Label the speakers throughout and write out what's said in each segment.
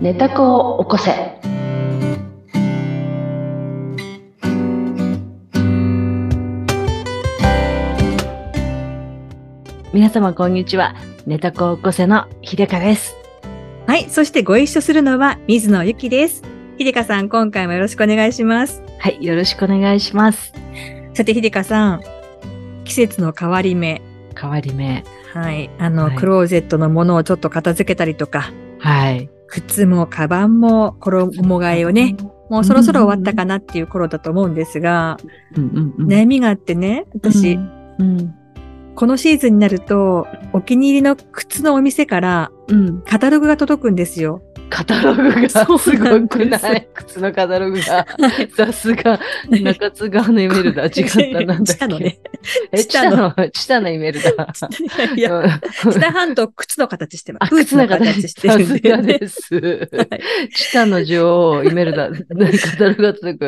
Speaker 1: 寝た子を起こせ。皆様こんにちは。寝た子を起こせの秀香です。
Speaker 2: はい。そしてご一緒するのは水野ゆきです。ひでかさん、今回もよろしくお願いします。
Speaker 1: はい、よろしくお願いします。
Speaker 2: さて、ひでかさん、季節の変わり目。
Speaker 1: 変わり目。
Speaker 2: はい。あの、
Speaker 1: はい
Speaker 2: クローゼットのものをちょっと片付けたりとか、
Speaker 1: はい。
Speaker 2: 靴もカバンも衣替えをね、。もうそろそろ終わったかなっていう頃だと思うんですが、
Speaker 1: うんうんうん。
Speaker 2: 悩みがあってね、私、
Speaker 1: うん。
Speaker 2: このシーズンになると、お気に入りの靴のお店から
Speaker 1: うん。
Speaker 2: カタログが届くんで すよ。
Speaker 1: カタログがす
Speaker 2: そうな
Speaker 1: ご
Speaker 2: んです
Speaker 1: くない靴のカタ ログが。さすが、
Speaker 2: 違
Speaker 1: 中津川のイメールだ。違った。なん だっけ。
Speaker 2: の ね。
Speaker 1: え、チ
Speaker 2: チ
Speaker 1: タ
Speaker 2: タ
Speaker 1: の、チタのイメールだ。
Speaker 2: いや、
Speaker 1: うん
Speaker 2: 知多半島靴の形してま
Speaker 1: あ、
Speaker 2: す。ブー
Speaker 1: 靴
Speaker 2: ツの
Speaker 1: の形
Speaker 2: 形してるんだよね。
Speaker 1: さすがです。チタの女王、イメル ダ、カタログが続く。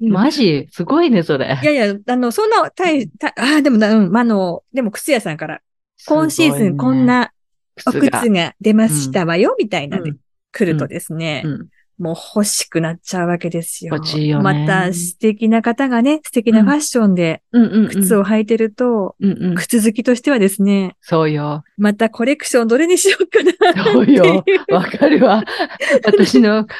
Speaker 2: うん
Speaker 1: マジすごいね、それ
Speaker 2: い。やいや、あの、そんな、たい、たああ、でもな、うん、まああの、でも靴屋さんから、今シーズンこんなお
Speaker 1: すごい
Speaker 2: 靴
Speaker 1: ねが
Speaker 2: が出ましたわよ、みたいな
Speaker 1: う
Speaker 2: で
Speaker 1: ん
Speaker 2: 来るとですね、
Speaker 1: うん
Speaker 2: もう欲しくなっちゃうわけですよ。
Speaker 1: 欲しいよね
Speaker 2: また素敵な方がね、素敵なファッションで
Speaker 1: うんうんうん
Speaker 2: 靴を履いてると、
Speaker 1: うんうん。
Speaker 2: 靴好きとしてはですね、
Speaker 1: そうよ。
Speaker 2: またコレクションどれにしようかなってい。
Speaker 1: そうよわかるわ。私の靴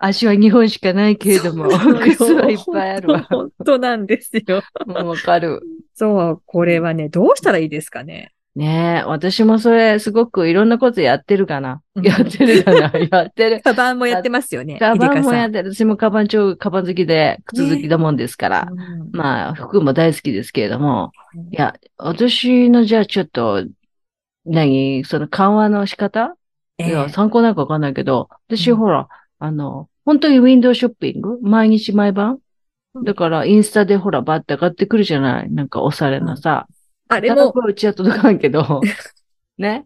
Speaker 1: 足は2本しかないけれども、
Speaker 2: そうなのよ
Speaker 1: 靴はいっぱいあるわ。
Speaker 2: 本当本当なんですよ。
Speaker 1: うんわかる。
Speaker 2: そう、これはね、どうしたらいいですかね。
Speaker 1: ねえ、私もそれ、すごくいろんなことやってるかな。
Speaker 2: うん
Speaker 1: やってるかな。やってる。
Speaker 2: カバンもやってますよね。
Speaker 1: カバンもや
Speaker 2: っ
Speaker 1: ってる。私もカバン超カバン好きで、靴好きだもんですから。まあ、服も大好きですけれども。いや、私のじゃあちょっと、何その緩和の仕方、いや、参考なんかわかんないけど、私
Speaker 2: うん
Speaker 1: ほら、あの、本当にウィンドウショッピング毎日毎晩
Speaker 2: うん
Speaker 1: だから、インスタでほら、バッて上がってくるじゃないなんかおしゃれなさ。
Speaker 2: あれ
Speaker 1: カタロ
Speaker 2: も
Speaker 1: グ、はうちは届かんけ ど。ね。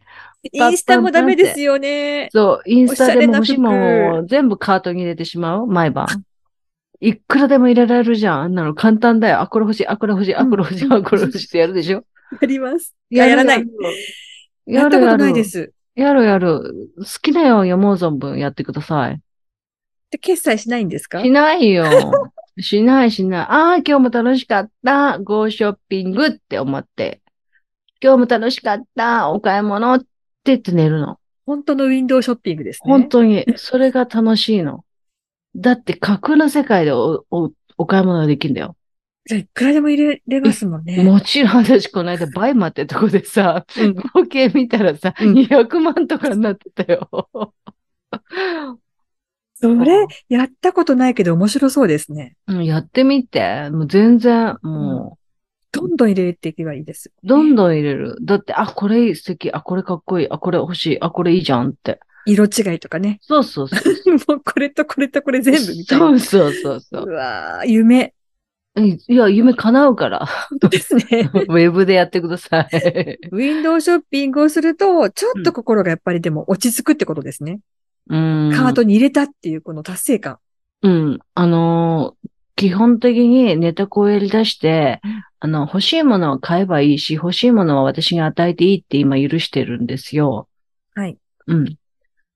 Speaker 2: インスタもダメですよね。
Speaker 1: そう、インスタでも
Speaker 2: お
Speaker 1: 欲し
Speaker 2: し
Speaker 1: い
Speaker 2: ゃれ
Speaker 1: も
Speaker 2: な服
Speaker 1: んを全部カートに入れてしまう毎晩。いくらでも入れられるじゃん。あんなの簡単だよ。あ、これ欲しい、あ、これ欲しい、あ、これ欲しい、
Speaker 2: うん
Speaker 1: あ、これ欲しいってやるでしょ
Speaker 2: やります。ややらない。。や
Speaker 1: や
Speaker 2: った
Speaker 1: る
Speaker 2: こと
Speaker 1: や
Speaker 2: ない
Speaker 1: る
Speaker 2: で。す。
Speaker 1: やるやる。好きなように思う存分やってください。
Speaker 2: で、決済しないんですか
Speaker 1: しないよ。しないしない。ああ、今日も楽しかった。ゴーショッピングって思って。今日も楽しかった。お買い物って言って寝るの。
Speaker 2: 本当のウィンドウショッピングですね。
Speaker 1: 本当に、それが楽しいの。だって架空の世界でお、お、お買い物ができるんだよ。
Speaker 2: じゃあいくらでも入れれますもんね。
Speaker 1: もちろん私、この間、バイマってとこでさ、
Speaker 2: うん
Speaker 1: 合計見たらさ、
Speaker 2: うん
Speaker 1: 200万とかになってたよ。
Speaker 2: それ、やったことないけど面白そうですね。
Speaker 1: うんやってみて。もう全然、も
Speaker 2: どんどん入れていけばいいです。
Speaker 1: う、どんどん入れる。だって、あ、これいい、素敵。あ、これかっこいい。あ、これ欲しい。あ、これいいじゃんって。
Speaker 2: 色違いとかね。
Speaker 1: そうそうそう。
Speaker 2: もうこれとこれとこれ全部みたい
Speaker 1: そ
Speaker 2: な。
Speaker 1: うそうそうそう
Speaker 2: う。わー、夢
Speaker 1: うんいや、夢叶う から。
Speaker 2: ですね。
Speaker 1: ウェブでやってくださ い。
Speaker 2: ウィンドウショッピングをすると、ちょっと心がやっぱりでも落ち着くってことですね。
Speaker 1: うん。
Speaker 2: カートに入れたっていうこの達成感。
Speaker 1: うん。あのー基本的にネタこうやり出して、あの、欲しいものは買えばいいし、欲しいものは私が与えていいって今許してるんですよ。
Speaker 2: はい。
Speaker 1: うん。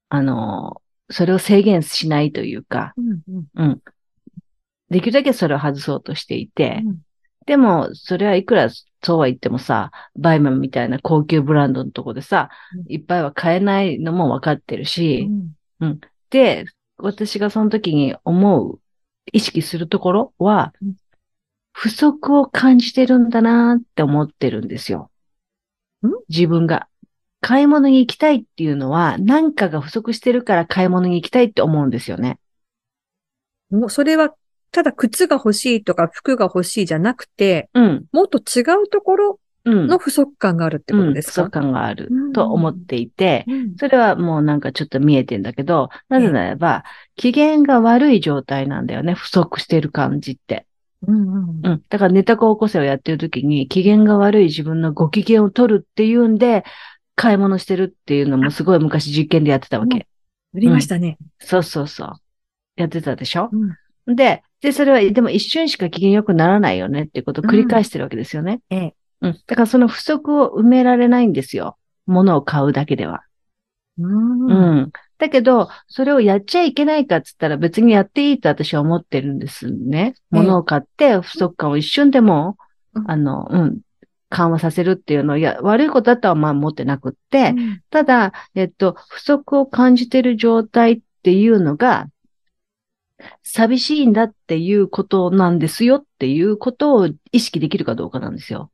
Speaker 1: あのーそれを制限しないというか、
Speaker 2: うんうん
Speaker 1: うん。できるだけそれを外そうとしていて、
Speaker 2: うん
Speaker 1: でも、それはいくらそうは言ってもさ、バイマンみたいな高級ブランドのとこでさ
Speaker 2: うん、
Speaker 1: いっぱいは買えないのもわかってるし、
Speaker 2: うん
Speaker 1: で、私がその時に思う、意識するところは
Speaker 2: うん、
Speaker 1: 不足を感じてるんだなって思ってるんですよ
Speaker 2: ん。
Speaker 1: 自分が。買い物に行きたいっていうのは、何かが不足してるから買い物に行きたいって思うんですよね。
Speaker 2: もうそれは、ただ靴が欲しいとか服が欲しいじゃなくて、
Speaker 1: うん。
Speaker 2: もっと違うところ
Speaker 1: うん。
Speaker 2: の不足感があるってことですか、
Speaker 1: うん不足感があると思っていて、
Speaker 2: うん
Speaker 1: それはもうなんかちょっと見えてんだけど、なぜならば、機嫌が悪い状態なんだよね。不足してる感じって。
Speaker 2: うん
Speaker 1: うん。だから、ネタ子起こせをやってる時に、機嫌が悪い自分のご機嫌を取るっていうんで、買い物してるっていうのもすごい昔実験でやってたわけ。
Speaker 2: うん売りましたね。
Speaker 1: そうそうそう。やってたでしょ
Speaker 2: うん
Speaker 1: で、で、それは、でも一瞬しか機嫌良くならないよねっていうことを繰り返してるわけですよね。
Speaker 2: ええ
Speaker 1: うん。だからその不足を埋められないんですよ。物を買うだけでは。
Speaker 2: うん
Speaker 1: うん。だけど、それをやっちゃいけないかっつったら別にやっていいと私は思ってるんですね。
Speaker 2: うん
Speaker 1: 物を買って不足感を一瞬でも
Speaker 2: う、ん
Speaker 1: あの、うん、緩和させるっていうのは、いや、悪いことだとはまあ思ってなくって、
Speaker 2: うん
Speaker 1: ただ、えっと、不足を感じてる状態っていうのが、寂しいんだっていうことなんですよっていうことを意識できるかどうかなんですよ。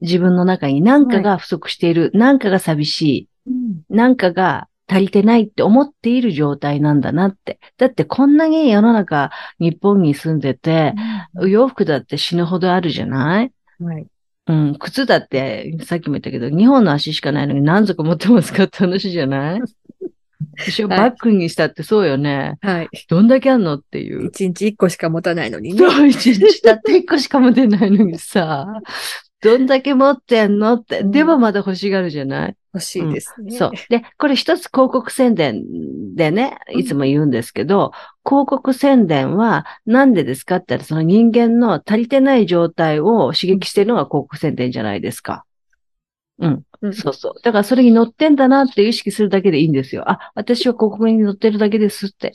Speaker 1: 自分の中に何かが不足している、何かが寂しい、
Speaker 2: うん
Speaker 1: なんかが足りてないって思っている状態なんだなって。だってこんなに世の中日本に住んでて、お洋服だって死ぬほどあるじゃない
Speaker 2: はい
Speaker 1: うん、靴だって、さっきも言ったけど、2本の足しかないのに何足持ってますかって話じゃない 一応
Speaker 2: はい
Speaker 1: バッグにしたってそうよね。
Speaker 2: はい。
Speaker 1: どんだけあんのっていう。
Speaker 2: 一日一個しか持たないのにね。
Speaker 1: そう、一日たって一個しか持てないのに さ、どんだけ持ってんのって、でもまだ欲しがるじゃない
Speaker 2: 欲しいですね。
Speaker 1: そう。で、これ一つ広告宣伝でね、
Speaker 2: うん
Speaker 1: いつも言うんですけど、広告宣伝はなんでですかって言ったら、その人間の足りてない状態を刺激してるのが広告宣伝じゃないですか。うん。
Speaker 2: うん
Speaker 1: そうそう。だからそれに乗ってんだなって意識するだけでいいんですよ。あ、私は広告に乗ってるだけですって。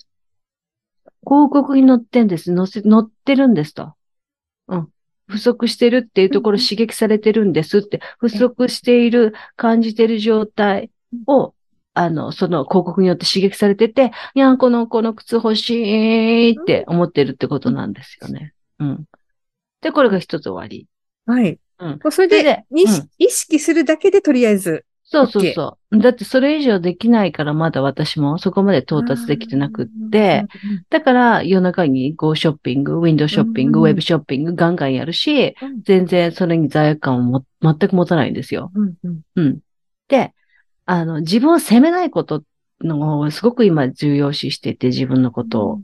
Speaker 1: 広告に乗ってんです。乗せ、乗ってるんですと。うん。不足してるっていうところ
Speaker 2: うん
Speaker 1: 刺激されてるんですって。不足している、感じてる状態を、あの、その広告によって刺激されてて、いやん、この、この靴欲しいって思ってるってことなんですよね。うん。で、これが一つ終わり。
Speaker 2: はい。
Speaker 1: うん
Speaker 2: もうそれ
Speaker 1: それ
Speaker 2: で
Speaker 1: で
Speaker 2: 意識
Speaker 1: う
Speaker 2: 意識するだけでとりあえず。
Speaker 1: そうそうそう。だってそれ以上できないからまだ私もそこまで到達できてなくって、だから夜中に Go ショッピング、ウィンドウショッピング、
Speaker 2: うん
Speaker 1: ウェブショッピングガンガンやるし
Speaker 2: うん、
Speaker 1: 全然それに罪悪感をも全く持たないんですよ。
Speaker 2: うん、うんうん
Speaker 1: うん。で、あの、自分を責めないことのをすごく今重要視してて、自分のことを。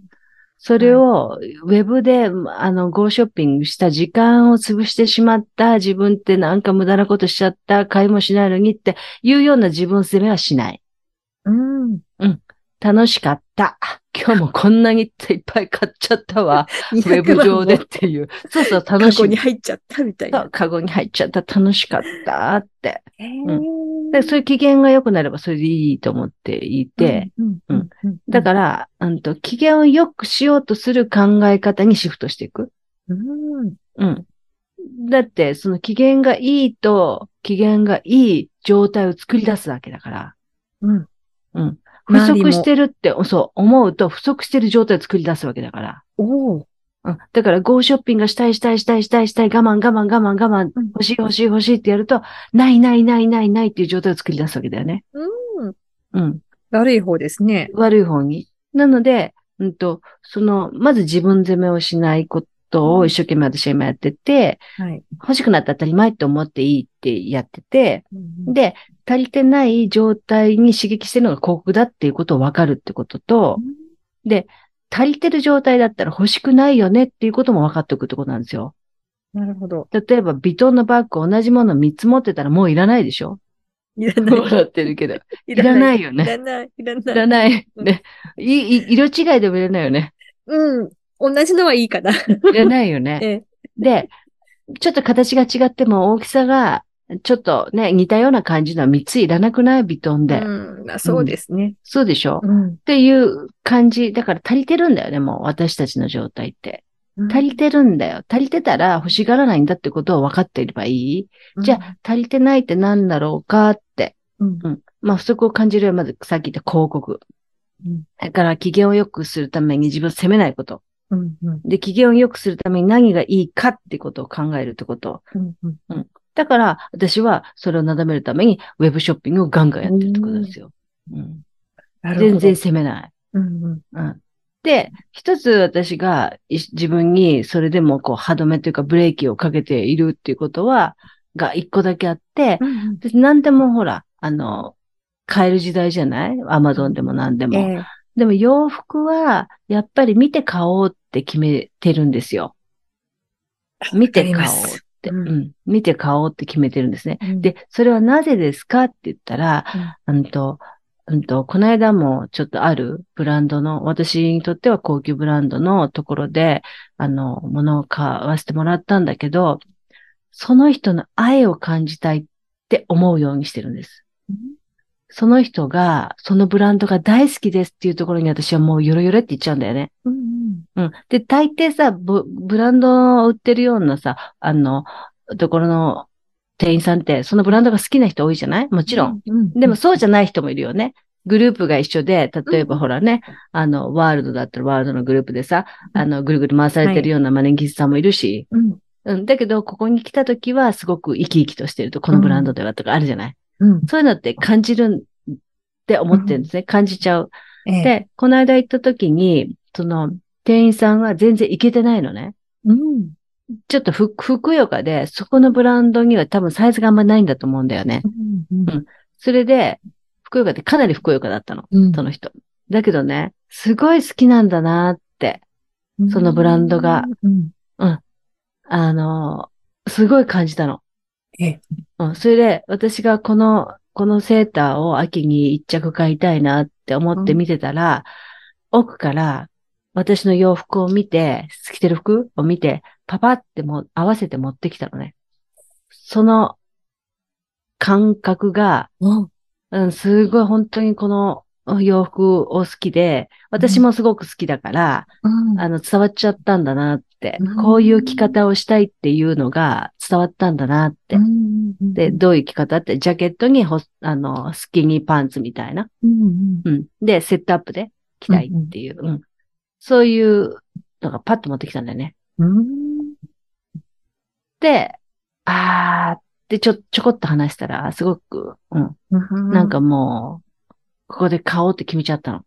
Speaker 1: それを、ウェブで、あの、ゴーショッピングした時間を潰してしまった、自分ってなんか無駄なことしちゃった、買いもしないのにっていうような自分責めはしない。
Speaker 2: うん。うん。
Speaker 1: 楽しかった。今日もこんなにいっぱい買っちゃった わ。ウ
Speaker 2: 200
Speaker 1: ェブ上でっ
Speaker 2: 万
Speaker 1: て いう。そうそう、
Speaker 2: も
Speaker 1: 楽し
Speaker 2: 過去に
Speaker 1: み。
Speaker 2: 入っちゃったみたい
Speaker 1: そ
Speaker 2: な。
Speaker 1: う、カゴに入っちゃった。楽しかったって。
Speaker 2: へ
Speaker 1: で、
Speaker 2: ー
Speaker 1: そういう機嫌が良くなればそれでいいと思っていて、、
Speaker 2: うんうんうん
Speaker 1: だから、うんと、機嫌を良くしようとする考え方にシフトしていく。
Speaker 2: ら、うん
Speaker 1: うん。だって、その機嫌がいいと、機嫌がいい状態を作り出すわけだから、
Speaker 2: うん、
Speaker 1: 不
Speaker 2: 周りも
Speaker 1: 足してるって、そう、思うと不足してる状態を作り出すわけだから。
Speaker 2: おお、
Speaker 1: うん。だから、ゴーショッピングがしたいしたいしたいしたいしたい、我慢我慢我慢我慢、
Speaker 2: うん
Speaker 1: 欲しい欲しい欲しいってやると、ないないないないないっていう状態を作り出すわけだよね。
Speaker 2: うん。
Speaker 1: うん。
Speaker 2: 悪い方ですね。
Speaker 1: 悪い方に。なので、うんと、その、まず自分責めをしないことを一生懸命私は今やってて、
Speaker 2: はい。
Speaker 1: 欲しくなったら当たり前って思っていいってやってて、
Speaker 2: うん
Speaker 1: で、足りてない状態に刺激してるのが広告だっていうことを分かるってことと、足りてる状態だったら欲しくないよねっていうことも分かっておくってことなんですよ。
Speaker 2: なるほど。
Speaker 1: 例えば、ビトンのバッグ同じもの3つ持ってたらもういらないでしょ
Speaker 2: いらない。
Speaker 1: 笑ってるけど。
Speaker 2: い。
Speaker 1: いらないいよ
Speaker 2: い
Speaker 1: ね。
Speaker 2: らない。いら
Speaker 1: い
Speaker 2: な
Speaker 1: ら
Speaker 2: い。
Speaker 1: ない。ね。いい色違いでもいらないよね。
Speaker 2: うん。同じのはいいかな。
Speaker 1: いらないよね。
Speaker 2: ええ
Speaker 1: で、ちょっと形が違っても大きさが、ちょっとね、似たような感じのは3ついらなくないビトンで。
Speaker 2: うんまあそうですね。
Speaker 1: そうでしょ、っ
Speaker 2: うん。
Speaker 1: ていう感じ。だから足りてるんだよね、もう私たちの状態って。足りてるんだよ。足りてたら欲しがらないんだってことを分かっていればいい。じゃあ、足りてないって何だろうかって。
Speaker 2: うん、
Speaker 1: うん。まあ、不足を感じるよりまずさっき言った広告。
Speaker 2: うん
Speaker 1: だから、機嫌を良くするために自分を責めないこと。
Speaker 2: うん。うん。
Speaker 1: で、機嫌を良くするために何がいいかってことを考えるってこと。
Speaker 2: うん。うん。
Speaker 1: だから、私はそれをなだめるために、ウェブショッピングをガンガンやってるってことですよ。うん、
Speaker 2: なる
Speaker 1: 全
Speaker 2: ほど
Speaker 1: 然。責めない。
Speaker 2: うん。うん。
Speaker 1: うん、で、一つ私がい自分にそれでもこう歯止めというかブレーキをかけているっていうことは、が一個だけあって、
Speaker 2: うん
Speaker 1: 私何でもほら、あの、買える時代じゃないアマゾンでも何で
Speaker 2: え
Speaker 1: も。
Speaker 2: え
Speaker 1: でも洋服はやっぱり見て買おうって決めてるんですよ。見て買おうって。
Speaker 2: わかりますうん
Speaker 1: うん、見て買おうって決めてるんですね。
Speaker 2: うん
Speaker 1: で、それはなぜですかって言ったら、うんと、うんと、この間もちょっとあるブランドの、私にとっては高級ブランドのところで、あの、物を買わせてもらったんだけど、その人の愛を感じたいって思うようにしてるんです。その人が、そのブランドが大好きですっていうところに私はもうヨレヨレって言っちゃうんだよね。
Speaker 2: うんうん
Speaker 1: うん。で、大抵さ、ブブランドを売ってるようなさ、あの、ところの店員さんって、そのブランドが好きな人多いじゃないもちろん。。
Speaker 2: うん
Speaker 1: でも、そうじゃない人もいるよね。グループが一緒で、例えばほらね、あの、ワールドだったらワールドのグループでさ、
Speaker 2: うん
Speaker 1: あの、ぐるぐる回されてるようなマネキンさんもいるし、
Speaker 2: うん
Speaker 1: うん、だけど、ここに来た時はすごく生き生きとしてると、このブランドではとかあるじゃない、
Speaker 2: うん。
Speaker 1: そういうのって感じるんって思ってるんですね。感じちゃう。
Speaker 2: ええ、
Speaker 1: で、この間行った時に、その、店員さんは全然行けてないのね。
Speaker 2: うん。
Speaker 1: ちょっとふ、ふくよかで、そこのブランドには多分サイズがあんまないんだと思うんだよね。
Speaker 2: うん
Speaker 1: それで、ふくよかってかなりふくよかだったの。
Speaker 2: うん
Speaker 1: その人。だけどね、すごい好きなんだなって、そのブランドが。
Speaker 2: うん
Speaker 1: あの、すごい感じたの。
Speaker 2: え
Speaker 1: うん、それで、私がこの、このセーターを秋に一着買いたいなって思って見てたら、奥から私の洋服を見て、着てる服を見て、パパってもう合わせて持ってきたのね。その感覚が、
Speaker 2: お
Speaker 1: うん、すごい本当にこの洋服を好きで、私もすごく好きだから、
Speaker 2: うん
Speaker 1: あの、伝わっちゃったんだなって、
Speaker 2: うん
Speaker 1: こういう着方をしたいっていうのが伝わったんだなって
Speaker 2: う。んうん
Speaker 1: で、どういう着方って、ジャケットにほ、あの、スキニーパンツみたいな。
Speaker 2: うんうん
Speaker 1: うん。で、セットアップで着たいっていう。うん、そういうのがパッと持ってきたんだよね。
Speaker 2: うん
Speaker 1: で、あーってちょ、ちょこっと話したら、すごく、うん。
Speaker 2: うん
Speaker 1: なんかもう、ここで買おうって決めちゃったの。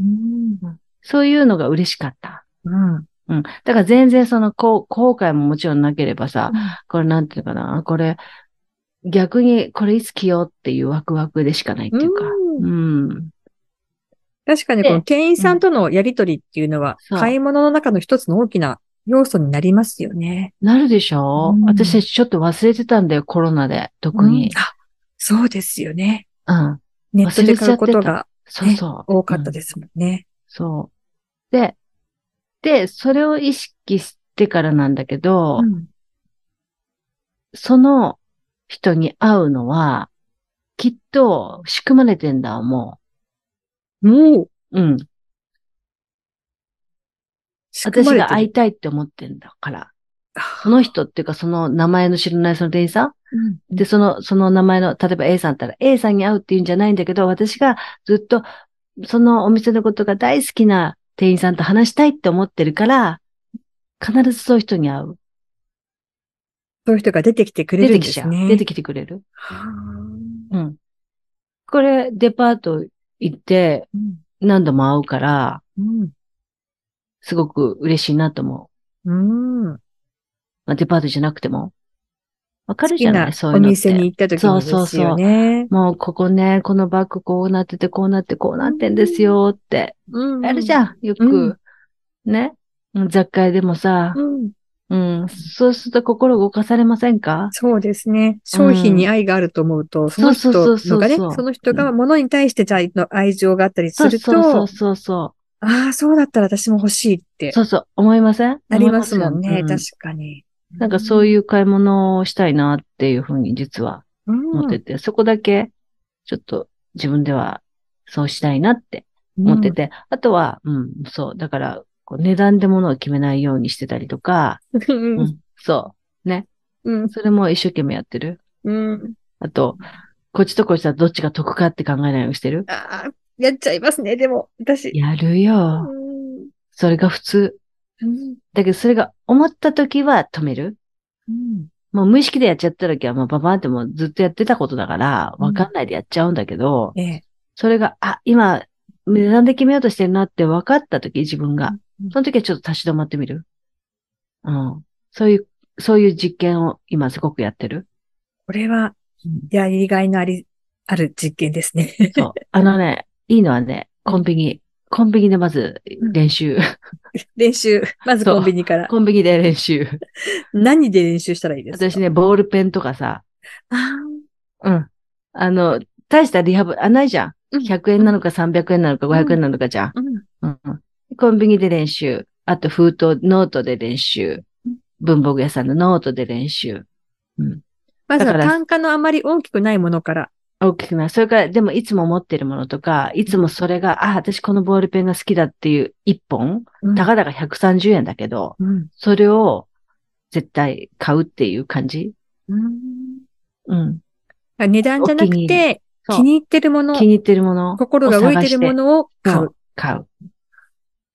Speaker 2: うん
Speaker 1: そういうのが嬉しかった。
Speaker 2: うん
Speaker 1: うん。だから全然その、こう、後悔ももちろんなければさ、これなんていうのかな、これ、逆にこれいつ着ようっていうワクワクでしかないっていうか。
Speaker 2: うん
Speaker 1: うん
Speaker 2: 確かにこの店員さんとのやりとりっていうのは、
Speaker 1: そう
Speaker 2: 買い物の中の一つの大きな要素になりますよね。
Speaker 1: なるでしょ、
Speaker 2: うん
Speaker 1: 私たちちょっと忘れてたんだよ、コロナで。特に
Speaker 2: うん。あ、そうですよね。
Speaker 1: うん。
Speaker 2: ネットで買うことが
Speaker 1: そうそう。
Speaker 2: 多かっ
Speaker 1: う
Speaker 2: た
Speaker 1: ん
Speaker 2: ですもんね。
Speaker 1: そう。で、で、それを意識してからなんだけど、
Speaker 2: うん
Speaker 1: その人に会うのは、きっと仕組まれてんだ、も
Speaker 2: もう、
Speaker 1: う。うん。
Speaker 2: 仕組
Speaker 1: 私
Speaker 2: まれ
Speaker 1: が
Speaker 2: て
Speaker 1: 会
Speaker 2: る
Speaker 1: いたいって思ってんだから。
Speaker 2: あ
Speaker 1: その人っていうか、その名前の知らないその店員さん
Speaker 2: うん
Speaker 1: で、その、その名前の、例えば A さんだったら A さんに会うっていうんじゃないんだけど、私がずっと、そのお店のことが大好きな店員さんと話したいって思ってるから、必ずそういう人に会う。
Speaker 2: そういう人が出てきてくれ
Speaker 1: 出
Speaker 2: る
Speaker 1: て
Speaker 2: んで
Speaker 1: きち
Speaker 2: す
Speaker 1: ゃう。
Speaker 2: ね。
Speaker 1: 出てきてくれる。
Speaker 2: はあ
Speaker 1: うん。これ、デパート行って
Speaker 2: うん
Speaker 1: 何度も会うから、
Speaker 2: うん
Speaker 1: すごく嬉しいなと思う。
Speaker 2: うん。
Speaker 1: まあ、デパートじゃなくても。わか
Speaker 2: 好
Speaker 1: る
Speaker 2: き
Speaker 1: じゃな
Speaker 2: ない
Speaker 1: そうい
Speaker 2: お
Speaker 1: うのって。
Speaker 2: 店に行った時にですよね。
Speaker 1: もうここね、このバッグこうなってて、こうなって、こうなってんですよって。あるじゃん、よく。ね。雑貨屋でもさ、
Speaker 2: うん。
Speaker 1: うん。そうすると心動かされませんか
Speaker 2: そうですね。商品に愛があると思うと、その
Speaker 1: そ
Speaker 2: 人
Speaker 1: うそうそうそう
Speaker 2: のがね、
Speaker 1: そう
Speaker 2: その人が物に対してじゃあの愛情があったりす
Speaker 1: そう
Speaker 2: る
Speaker 1: そう
Speaker 2: と、
Speaker 1: そうそ
Speaker 2: ああ、そうだったら私も欲しいっ
Speaker 1: う。
Speaker 2: て
Speaker 1: そうそう、思いません
Speaker 2: なりますもん
Speaker 1: 思い
Speaker 2: ね。
Speaker 1: ませ
Speaker 2: 確
Speaker 1: う
Speaker 2: かに。
Speaker 1: なんかそう
Speaker 2: い
Speaker 1: いう買い物をしたいなっていうふうに実は
Speaker 2: う
Speaker 1: 思ってて、そこだけちょっと自分ではそうしたいなって思ってて、あとは、うん、そう、だからこう値段で物を決めないようにしてたりとか、
Speaker 2: て。
Speaker 1: う
Speaker 2: うん
Speaker 1: ん、そう。
Speaker 2: うん。
Speaker 1: それも一生懸命やってる。
Speaker 2: うん。
Speaker 1: あと、こっちとこっちだとどっちが得かって考えないようにしてる
Speaker 2: ああ、やっちゃいますね。でも、私。
Speaker 1: やる
Speaker 2: う
Speaker 1: よ。
Speaker 2: ん
Speaker 1: それが普通。
Speaker 2: うん
Speaker 1: だけど、それが思った時は止める。
Speaker 2: うん
Speaker 1: もう無意識でやっちゃった時は、もうババンってもうずっとやってたことだから、
Speaker 2: うん
Speaker 1: わかんないでやっちゃうんだけど、
Speaker 2: ええ。
Speaker 1: それが、あ、今、値段で決めようとしてるなって分かった時、自分が
Speaker 2: うんうん。
Speaker 1: その時はちょっと立ち止まってみる。うん。そういう、そういう実験を今すごくやってる。
Speaker 2: これは
Speaker 1: うん、
Speaker 2: やりがいのあり、ある実験ですね。
Speaker 1: そう。あのね、いいのはね、コンビニ。コンビニでまず練習。
Speaker 2: 練習。まず
Speaker 1: そう
Speaker 2: コンビニから。
Speaker 1: コンビニで練習。
Speaker 2: 何で練習したらいいですか
Speaker 1: 私ね、ボールペンとかさ、
Speaker 2: あー
Speaker 1: うん。あの、大したリハブ、あ、ないじゃん。
Speaker 2: うん
Speaker 1: 100円なのか300円なのか500円なのかじゃん。
Speaker 2: うん
Speaker 1: うん。コンビニで練習。あと封筒、ノートで練習
Speaker 2: うん。
Speaker 1: 文房具屋さんのノートで練習。
Speaker 2: まず
Speaker 1: だから
Speaker 2: は単価のあまり大きくないものから。
Speaker 1: 大きくなる。それから、でもいつも持ってるものとか、いつもそれが、あ、私このボールペンが好きだっていう一本、
Speaker 2: うん
Speaker 1: たかだか130円だけど、
Speaker 2: うん。
Speaker 1: それを絶対買うっていう感じうん。
Speaker 2: 値段じゃな
Speaker 1: お気に
Speaker 2: く
Speaker 1: 入
Speaker 2: て、
Speaker 1: そう
Speaker 2: 気に入ってるもの
Speaker 1: 気、に入ってるもの、
Speaker 2: 心が動いてるものを買
Speaker 1: 買
Speaker 2: う
Speaker 1: う。。買う。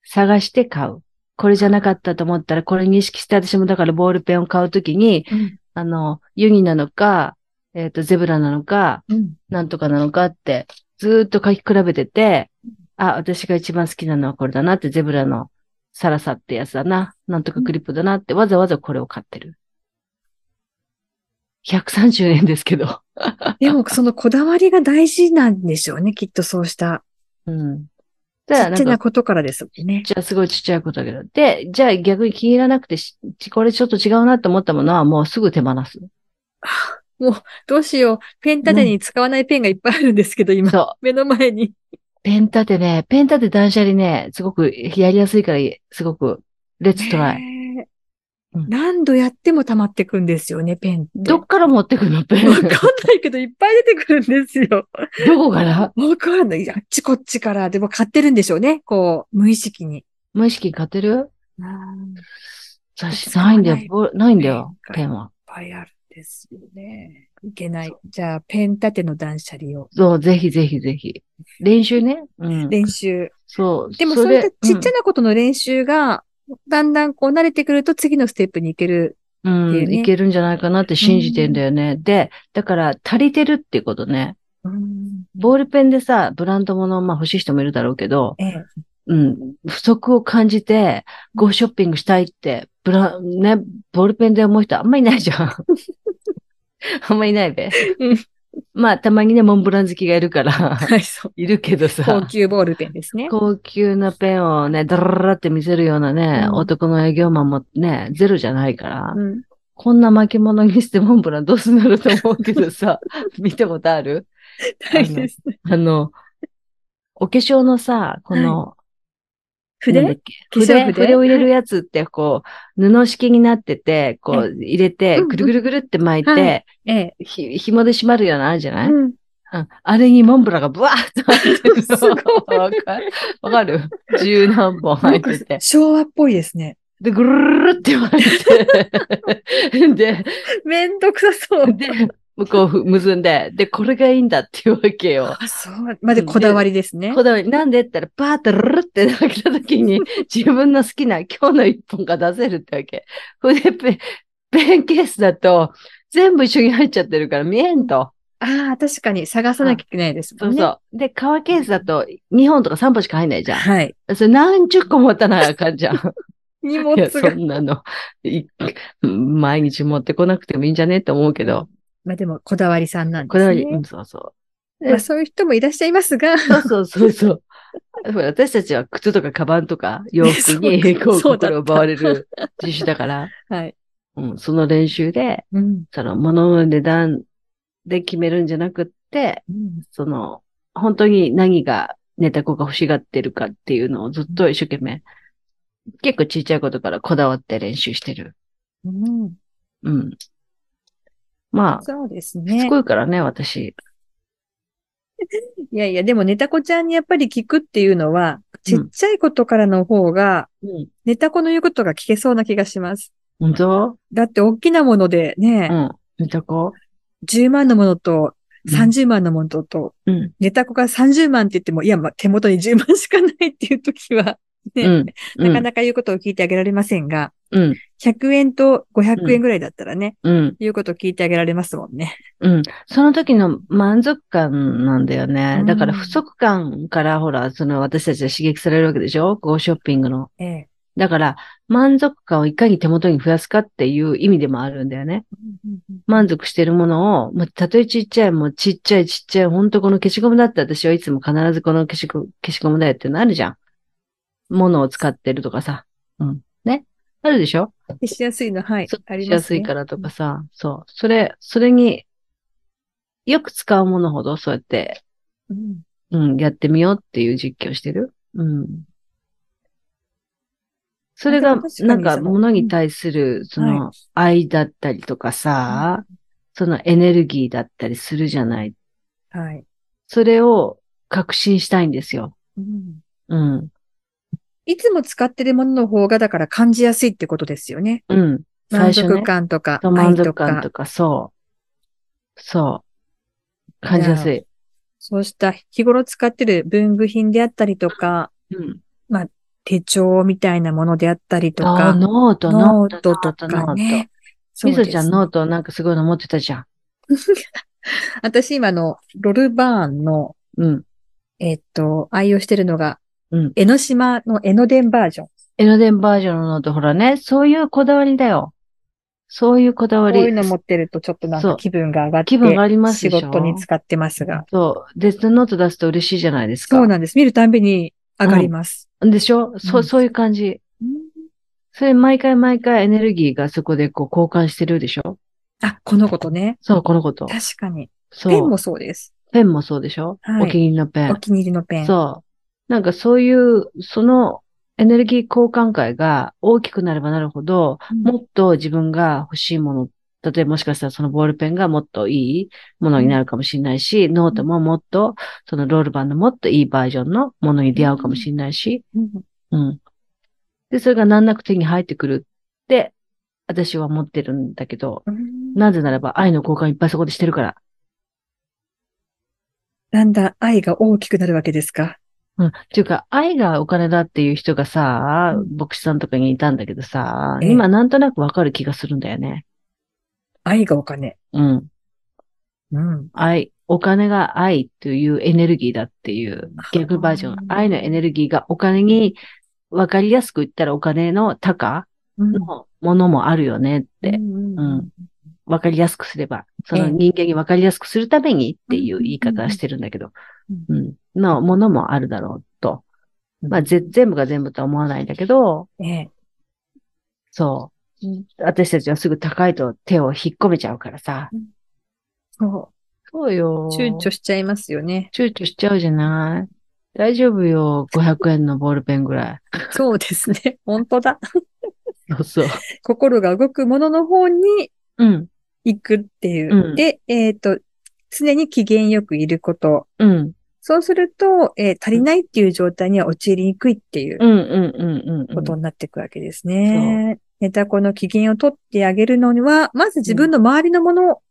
Speaker 1: 探して買う。これじゃなかったと思ったら、これ認識して、私もだからボールペンを買うときに、
Speaker 2: うん
Speaker 1: あの、ユニなのか、えっ、と、ゼブラなのか、
Speaker 2: うん
Speaker 1: なんとかなのかって、ずーっと書き比べてて、あ、私が一番好きなのはこれだなって、ゼブラのサラサってやつだな、なんとかクリップだなって、わざわざこれを買ってる。130円ですけど。
Speaker 2: でも、そのこだわりが大事なんでしょうね、きっとそうした。
Speaker 1: うん。
Speaker 2: ち
Speaker 1: だから
Speaker 2: っ
Speaker 1: な
Speaker 2: ちゃ
Speaker 1: ん
Speaker 2: な
Speaker 1: か、
Speaker 2: ことからですもんね。
Speaker 1: じゃあすごいちっちゃいことだけど。で、じゃあ逆に気に入らなくてし、これちょっと違うなって思ったものはもうすぐ手放す。
Speaker 2: どうしよう。ペン立てに使わないペンがいっぱいあるんですけど、今、
Speaker 1: そう。
Speaker 2: 目の前に。
Speaker 1: ペン立てね、ペン立て断捨離ね、すごくやりやすいから、すごく、レッツトライ。
Speaker 2: へー
Speaker 1: うん
Speaker 2: 何度やっても溜まってくんですよね、ペンって。
Speaker 1: どっから持ってくのペン
Speaker 2: わ。かんないけど、いっぱい出てくるんですよ。
Speaker 1: どこから
Speaker 2: わかんない。あっちこっちから。でも買ってるんでしょうね。こう、無意識に。
Speaker 1: 無意識に買ってる
Speaker 2: いっ
Speaker 1: 私、ないんだよ。ぼないんだよ、
Speaker 2: ペ
Speaker 1: ペ
Speaker 2: ン
Speaker 1: ンは。
Speaker 2: ぱいあるんですよね。いけない。じゃあ、ペン立ての断捨離を。
Speaker 1: そう、ぜひぜひぜひ。練習ね。うん。
Speaker 2: 練習。
Speaker 1: そう。
Speaker 2: でも、そういったちっちゃ
Speaker 1: な、
Speaker 2: なことの練習が、だんだんこう慣れてくると次のステップに行ける。
Speaker 1: うん、
Speaker 2: っていうね
Speaker 1: いけるんじゃないかなって信じてんだよね。で、だから、足りてるっていうことね。ボールペンでさ、ブランド物、まあ欲しい人もいるだろうけど、
Speaker 2: ええ
Speaker 1: うん、不足を感じて、ゴーショッピングしたいって、ブラ、ね、ボールペンで思う人あんまいないじゃん。 あんまいないべ
Speaker 2: うん。
Speaker 1: まあ、たまにね、モンブラン好きがいるから、
Speaker 2: はい、そう。
Speaker 1: いるけどさ。
Speaker 2: 高級ボールペンですね。
Speaker 1: 高級なペンをね、ダラララって見せるようなね、
Speaker 2: うん
Speaker 1: 男の営業マンもね、ゼロじゃないから、
Speaker 2: うん
Speaker 1: こんな巻物にしてモンブランどうすんだろうと思うけど さ、見たことある
Speaker 2: ないですね。
Speaker 1: あの、お化粧のさ、この、なんだっ
Speaker 2: 筆
Speaker 1: け
Speaker 2: 化粧
Speaker 1: 筆
Speaker 2: 筆
Speaker 1: 筆を入れるやつって、こう、布式になってて、こう、入れ
Speaker 2: うん
Speaker 1: て、
Speaker 2: うん
Speaker 1: ぐるぐるぐるって巻いて、
Speaker 2: はええ。
Speaker 1: ひ、紐で締まるようなのあるじゃない、うん、
Speaker 2: うん
Speaker 1: あれにモンブランがブワーッと入ってるの。
Speaker 2: すごい
Speaker 1: わかるわかる十何本入ってて。
Speaker 2: 昭和っぽいですね。
Speaker 1: で、ぐるるるって巻いて、 で、
Speaker 2: めんどくさそう。
Speaker 1: で、向こうふ結んで、で、これがいいんだっていうわけよ。
Speaker 2: あ、そう。までこだわりですね
Speaker 1: こ。だわり、なんでって言ったら、バーってルルって開けた時 に、自分の好きな今日の一本が出せるってわけ。それで、ペペンケースだと、全部一緒に入っちゃってるから見えんと。
Speaker 2: ああ、確かに探さなきゃいけないです
Speaker 1: そ
Speaker 2: もん
Speaker 1: う
Speaker 2: ね。
Speaker 1: そう。で、革ケースだと、2本とか3本しか入んないじゃ
Speaker 2: はい。
Speaker 1: ん。それ何十個持たないあかんじゃ ん。
Speaker 2: 荷物
Speaker 1: いや、そ
Speaker 2: が。
Speaker 1: んなの、い毎日持ってこなくてもいいんじゃねって思うけど、
Speaker 2: まあでも、こだわりさんなん
Speaker 1: こ
Speaker 2: で
Speaker 1: れ
Speaker 2: す
Speaker 1: は、
Speaker 2: ね。
Speaker 1: うん、そうそう。
Speaker 2: まあそういう人もいらっしゃいますが、
Speaker 1: そうそうそうそう。 ほら私たちは靴とかカバンとか洋服
Speaker 2: ね
Speaker 1: に
Speaker 2: そう
Speaker 1: こう
Speaker 2: そうだっ
Speaker 1: 心
Speaker 2: た
Speaker 1: を奪われる自主だから、
Speaker 2: はい。
Speaker 1: うん、その練習で、
Speaker 2: うん。
Speaker 1: その物の値段で決めるんじゃなくって、その本当に何がネタ子が欲しがってるかっていうのをずっと一生懸命、結構ちっちゃいことからこだわって練習してる。
Speaker 2: うん。
Speaker 1: うん。まあ、
Speaker 2: そうで
Speaker 1: し
Speaker 2: す
Speaker 1: つ
Speaker 2: ね。
Speaker 1: こいからね、私。
Speaker 2: いやいや、でもネタ子ちゃんにやっぱり聞くっていうのは、ちっちゃいことからの方が、
Speaker 1: うん。
Speaker 2: ネタ子の言うことが聞けそうな気がします。
Speaker 1: 本当
Speaker 2: だって大きなものでね、
Speaker 1: うん。見た子
Speaker 2: 10万のものと30万のものと、
Speaker 1: うん。
Speaker 2: ネタ子が30万って言っても、いや、まあ、手元に10万しかないっていう時は、
Speaker 1: う
Speaker 2: ね
Speaker 1: ん。
Speaker 2: なか
Speaker 1: か。
Speaker 2: なか言うことを聞いてあげられませんが、
Speaker 1: うん。
Speaker 2: 100円と500円ぐらいだったらね、
Speaker 1: うん。
Speaker 2: 言うことを聞いてあげられますもんね。
Speaker 1: うん。その時の満足感なんだよね。だから
Speaker 2: うん
Speaker 1: 不足感からほら、その私たちは刺激されるわけでしょこうショッピングの。
Speaker 2: ええ。
Speaker 1: だから満足感をいかに手元に増やすかっていう意味でもあるんだよね。満足してるものを、まあ、たとえちっちゃい、もうちっちゃいちっちゃい、ほんとこの消しゴムだって私はいつも必ずこの消しゴム消しゴムだよってなるじゃん。ものを使ってるとかさ。うん。ね。あるでしょ
Speaker 2: しやすいの、はい
Speaker 1: そ。
Speaker 2: あり
Speaker 1: し
Speaker 2: ま
Speaker 1: や
Speaker 2: す
Speaker 1: す
Speaker 2: ね
Speaker 1: いからとかさ、そう。それ、それに、よく使うものほどそうやって、
Speaker 2: うん
Speaker 1: うん、やってみようっていう実況してる。うん。それ
Speaker 2: あ
Speaker 1: が
Speaker 2: でも確か、に
Speaker 1: なんか、
Speaker 2: その
Speaker 1: 物に対する、その、愛だったりとかさ、そのエネルギーだったりするじゃない。
Speaker 2: はい。
Speaker 1: それを革新したいんですよ。
Speaker 2: うん
Speaker 1: うん。
Speaker 2: いつも使ってるものの方が、だから感じやすいってことですよね。
Speaker 1: うん。最
Speaker 2: 満
Speaker 1: 初ね
Speaker 2: 足感とか、
Speaker 1: と
Speaker 2: 愛
Speaker 1: 満
Speaker 2: と
Speaker 1: 足
Speaker 2: か
Speaker 1: 感とか、そう。そう。感じやすい。
Speaker 2: そうした日頃使ってる文具品であったりとか、
Speaker 1: うん。
Speaker 2: 手帳みたいなものであったりと
Speaker 1: あー
Speaker 2: か、
Speaker 1: ノート、
Speaker 2: ノ
Speaker 1: ノ
Speaker 2: ー
Speaker 1: ー
Speaker 2: ト
Speaker 1: ト、
Speaker 2: とか
Speaker 1: ノート
Speaker 2: ね。。そう
Speaker 1: み
Speaker 2: です
Speaker 1: そちゃんノートなんかすごいの持ってたじゃん。
Speaker 2: 私今あの、ロルバーンの、
Speaker 1: うん。
Speaker 2: えっと、愛用してるのが、
Speaker 1: うん
Speaker 2: 江ノ島の江ノ電バージョン。
Speaker 1: エノデンバージョンのノート、ほらね、そういうこだわりだよ。そういうこだ
Speaker 2: こ
Speaker 1: わ
Speaker 2: う
Speaker 1: り。
Speaker 2: いうの持ってるとちょっとなん
Speaker 1: そ
Speaker 2: か
Speaker 1: う
Speaker 2: 気分が上がって、
Speaker 1: 気分があります
Speaker 2: 仕
Speaker 1: でしょ
Speaker 2: 事に使ってますが。
Speaker 1: そう。で、ノート出すと嬉しいじゃないですか。
Speaker 2: そうなんです。見るたんびに上がります。
Speaker 1: でしょ
Speaker 2: う
Speaker 1: そ
Speaker 2: ん
Speaker 1: う、そういう感じ。
Speaker 2: うん
Speaker 1: それ毎回毎回エネルギーがそこでこう交換してるでしょ
Speaker 2: あ、このことね。
Speaker 1: そう、このこと。
Speaker 2: 確かに。
Speaker 1: そう。
Speaker 2: ペンもそうです。
Speaker 1: ペンもそうでしょ、
Speaker 2: はい
Speaker 1: お気に入りのペ
Speaker 2: お
Speaker 1: ン。
Speaker 2: 気に入りのペン。
Speaker 1: そう。なんかそういう、そのエネルギー交換会が大きくなればなるほど、
Speaker 2: うん
Speaker 1: もっと自分が欲しいもの、例えばもしかしたらそのボールペンがもっといいものになるかもしれないし、ノートももっと、そのロール版のもっといいバージョンのものに出会うかもしれないし、
Speaker 2: うん
Speaker 1: うん。で、それが難なく手に入ってくるって、私は思ってるんだけど、
Speaker 2: うん
Speaker 1: なぜならば愛の交換いっぱいそこでしてるから。
Speaker 2: だんだん愛が大きくなるわけですか。
Speaker 1: うん。っていうか、愛がお金だっていう人がさ
Speaker 2: う、ん
Speaker 1: 牧師さんとかにいたんだけどさ、
Speaker 2: ええ
Speaker 1: 今なんとなくわかる気がするんだよね。
Speaker 2: 愛がお金。
Speaker 1: うん。
Speaker 2: うん。
Speaker 1: 愛、お金が愛というエネルギーだっていう逆バージョン
Speaker 2: あ。ー
Speaker 1: 愛のエネルギーがお金に、わかりやすく言ったらお金の高
Speaker 2: うん
Speaker 1: のものもあるよねって。
Speaker 2: うん
Speaker 1: うんわかりやすくすれば、そ
Speaker 2: え
Speaker 1: の
Speaker 2: え
Speaker 1: 人間にわかりやすくするためにっていう言い方はしてるんだけど、うん、のものもあるだろうと。まあ、ぜ全部が全部とは思わないんだけど、
Speaker 2: ええ
Speaker 1: そう
Speaker 2: うん。
Speaker 1: 私たちはすぐ高いと手を引っ込めちゃうからさ。
Speaker 2: そ
Speaker 1: そうよ
Speaker 2: う。躊
Speaker 1: 躊
Speaker 2: 躇
Speaker 1: 躇。
Speaker 2: しちゃいますよね。
Speaker 1: 躊躇しちゃうじゃない大丈夫よ。500円のボールペンぐらい。
Speaker 2: そうですね。 本当だ。
Speaker 1: そうそう。
Speaker 2: 心が動くものの方に
Speaker 1: うん。
Speaker 2: 行くっていう。
Speaker 1: うん
Speaker 2: で、えっ、と、常に機嫌よくいること。
Speaker 1: うん。
Speaker 2: そうすると、えー足りないっていう状態には陥りにくいっていう
Speaker 1: うんうんうんうんうん。
Speaker 2: ことになっていくわけですね。ネタコの機嫌を取ってあげるのには、まず自分の周りのもの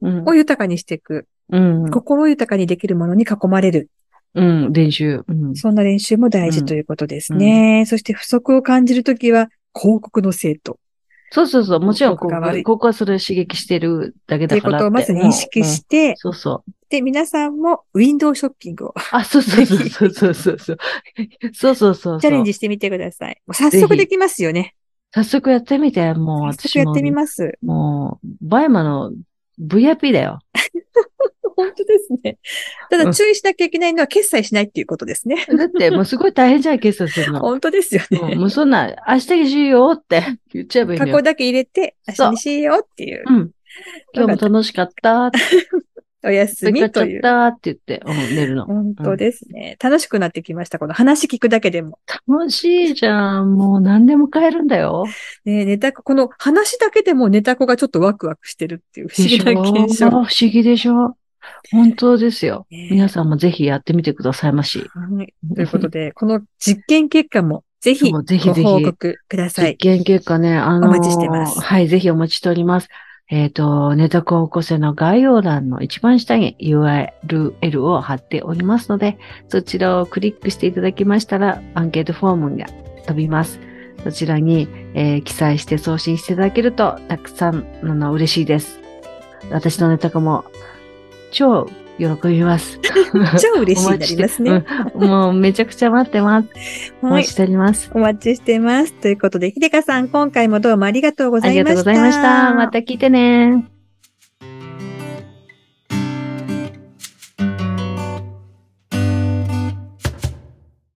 Speaker 1: うん
Speaker 2: を豊かにしていく。
Speaker 1: うん。
Speaker 2: 心を豊かにできるものに囲まれる。
Speaker 1: うん。練習。うん。
Speaker 2: そんな練習も大事ということですね。そして不足を感じるときは、広告の生徒
Speaker 1: そうそうそう。もちろん、こ
Speaker 2: 効果が悪い
Speaker 1: こ、ここはそれを刺激してるだけ
Speaker 2: とい
Speaker 1: だ
Speaker 2: うこ
Speaker 1: から
Speaker 2: とをまず認識
Speaker 1: て
Speaker 2: して、
Speaker 1: そうそう。
Speaker 2: で、皆さんもウィンドウショッピングを
Speaker 1: あ、そうそうそうそうそうそう。そうそうそう。
Speaker 2: チャレンジ。してみてください。もう早速できますよね。
Speaker 1: 早速やってみて、もう
Speaker 2: 早
Speaker 1: 私
Speaker 2: 速や
Speaker 1: も
Speaker 2: って。みます。
Speaker 1: もう、バイマの VIP だよ。
Speaker 2: 本当ですね。た
Speaker 1: う
Speaker 2: だ
Speaker 1: ん
Speaker 2: 注意しなきゃいけないのは決済しないっていうことですね。
Speaker 1: だって、もうすごい大変じゃん、決済する の。
Speaker 2: 本当ですよ
Speaker 1: もう
Speaker 2: ね。
Speaker 1: もうそんな、明日にしようって言っちゃえばいい
Speaker 2: 過
Speaker 1: のよ
Speaker 2: 去。だけ入れて、明日にしようっていう、
Speaker 1: うん。今日も楽しかったって、
Speaker 2: お休
Speaker 1: 買っ
Speaker 2: み
Speaker 1: ちゃ
Speaker 2: と
Speaker 1: っ
Speaker 2: いう。
Speaker 1: たって言って、 うん、寝るの。
Speaker 2: 本当ですね。楽しくなってきました。この話聞くだけでも。
Speaker 1: 楽しいじゃん。もう何でも買えるんだよ。
Speaker 2: ね、ネタコ、この話だけでもネタコがちょっとワクワクしてるっていう不思議な現
Speaker 1: 不
Speaker 2: 象。
Speaker 1: 思議でしょ本当ですよ。
Speaker 2: ね
Speaker 1: 皆さんもぜひやってみてくださいまし。
Speaker 2: はいということで、この実験結果もぜひ
Speaker 1: そ
Speaker 2: ご
Speaker 1: うぜひぜひ
Speaker 2: 報告くださ
Speaker 1: 実
Speaker 2: い。
Speaker 1: 験結果ね、あのー
Speaker 2: お待ちしてます
Speaker 1: はい、ぜひお待ちしております。えっ、と、ネタコを起こせの概要欄の一番下に URL を貼っておりますので、そちらをクリックしていただきましたら、アンケートフォームが飛びます。そちらに、えー記載して送信していただけると、たくさんあの嬉しいです。私のネタコも超喜びます。
Speaker 2: 超嬉しい
Speaker 1: お待
Speaker 2: にな
Speaker 1: ちし
Speaker 2: り
Speaker 1: て
Speaker 2: ますね。
Speaker 1: うんもうめちゃくちゃ待ってます。お
Speaker 2: はい
Speaker 1: 待ちしております。
Speaker 2: お待ちしてます。ということで、ひでかさん、今回もどうもありがとうござ
Speaker 1: あ
Speaker 2: い
Speaker 1: り
Speaker 2: ました。
Speaker 1: がとうございました。また聞いてね。